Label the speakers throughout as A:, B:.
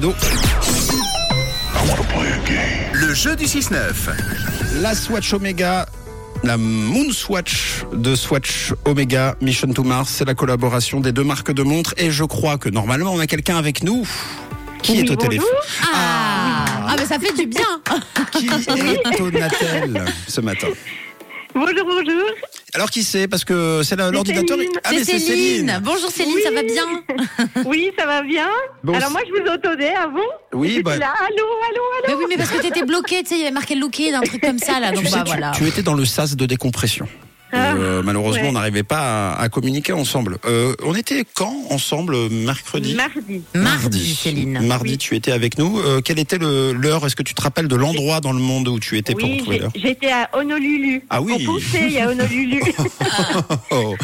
A: Donc,
B: Le jeu du 6-9.
A: la Swatch Omega, la Moon Swatch de Swatch Omega Mission to Mars, c'est la collaboration des deux marques de montres et je crois que normalement on a quelqu'un avec nous qui est au téléphone.
C: Ah, ah mais ça fait du bien.
A: Qui est au Natel ce matin
D: Bonjour, bonjour.
A: Alors qui c'est Parce que c'est la- l'ordinateur.
D: Céline.
A: Ah mais c'est Céline.
C: Bonjour Céline, ça va bien
D: Oui, ça va bien
A: Bon,
D: Alors
A: c'est-
D: moi, je vous entendais avant.
A: Oui,
D: J'étais
A: bah-
D: là, allô, allô, allô.
C: Mais oui, mais parce que t'étais bloqué, tu sais, il y avait marqué looké d'un truc comme ça là, donc
A: Tu, sais,
C: bah
A: tu-
C: voilà.
A: tu étais dans le sas de décompression.
D: Ah,
A: Euh, malheureusement,
D: ouais.
A: on n'arrivait pas à, à communiquer ensemble. Euh, on était quand ensemble mercredi
D: Mardi.
C: Mardi, Céline.
A: Mardi, tu étais avec nous. Euh, quelle était le- l'heure Est-ce que tu te rappelles de l'endroit dans le monde où tu étais pour
D: Oui,
A: retrouver
D: j'ai-
A: l'heure
D: j'étais à Honolulu.
A: Ah oui.
D: On pensait, il y a Honolulu.
A: Oh.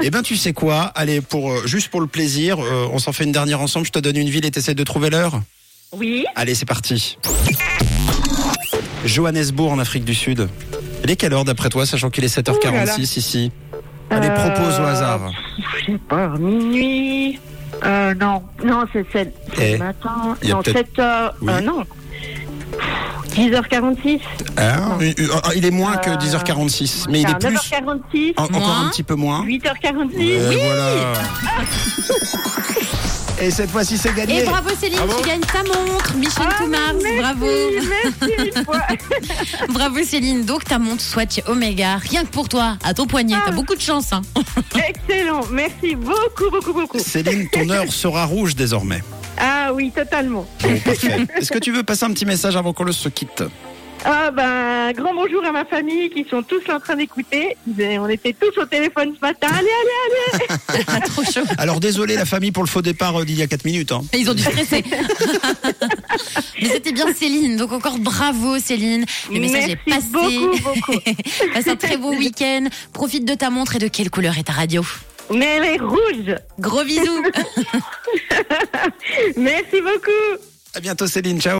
A: Eh ben, tu sais quoi Allez, pour euh, juste pour le plaisir, euh, on s'en fait une dernière ensemble. Je te donne une ville et t'essaies de trouver l'heure.
D: oui.
A: Allez, c'est parti. Johannesburg en Afrique du Sud. Il est quelle heure d'après toi, sachant qu'il est 7h46
D: Ouh là là.
A: ici Allez, propose Ah, au
D: Euh,
A: hasard.
D: Je sais pas, minuit. Euh, non, non, c'est sept- c'est
A: Eh,
D: le matin.
A: il y a
D: Non,
A: peut-être-
D: 7 heures.
A: Oui.
D: euh, non. 10h46.
A: Hein Euh, euh, Il est moins que
D: Euh,
A: 10h46, mais il est plus. Ah.
D: 9h46.
A: en- encore
C: Moins.
A: un petit peu moins.
C: Eh,
D: 8h46.
A: Euh, voilà. Et cette fois-ci, c'est gagné.
C: Et bravo Céline,
A: Bravo.
C: tu gagnes ta montre, Mission
D: Ah,
C: to Mars,
D: merci,
C: bravo.
D: Merci mille fois.
C: Bravo Céline, donc ta montre Swatch Omega, rien que pour toi, à ton poignet, t'as beaucoup de chance. Hein.
D: Excellent. Merci beaucoup, beaucoup, beaucoup.
A: Céline, ton heure sera rouge désormais.
D: Ah oui, totalement.
A: Bon, parfait. Est-ce que tu veux passer un petit message avant qu'on le se quitte
D: Ah ben, grand bonjour à ma famille qui sont tous là en train d'écouter. Ils- On était tous au téléphone ce matin. Allez, allez.
C: Ah, trop chaud.
A: Alors désolé la famille pour le faux départ euh, d'il y a 4 minutes. hein.
C: Ils ont dû stresser. mais c'était bien Céline, donc encore bravo Céline. Le message est
D: Merci
C: passé.
D: beaucoup, beaucoup.
C: Passe un très beau week-end. Profite de ta montre et de quelle couleur est ta radio
D: Mais elle est rouge.
C: Gros bisous
D: Merci beaucoup.
A: À bientôt Céline, ciao.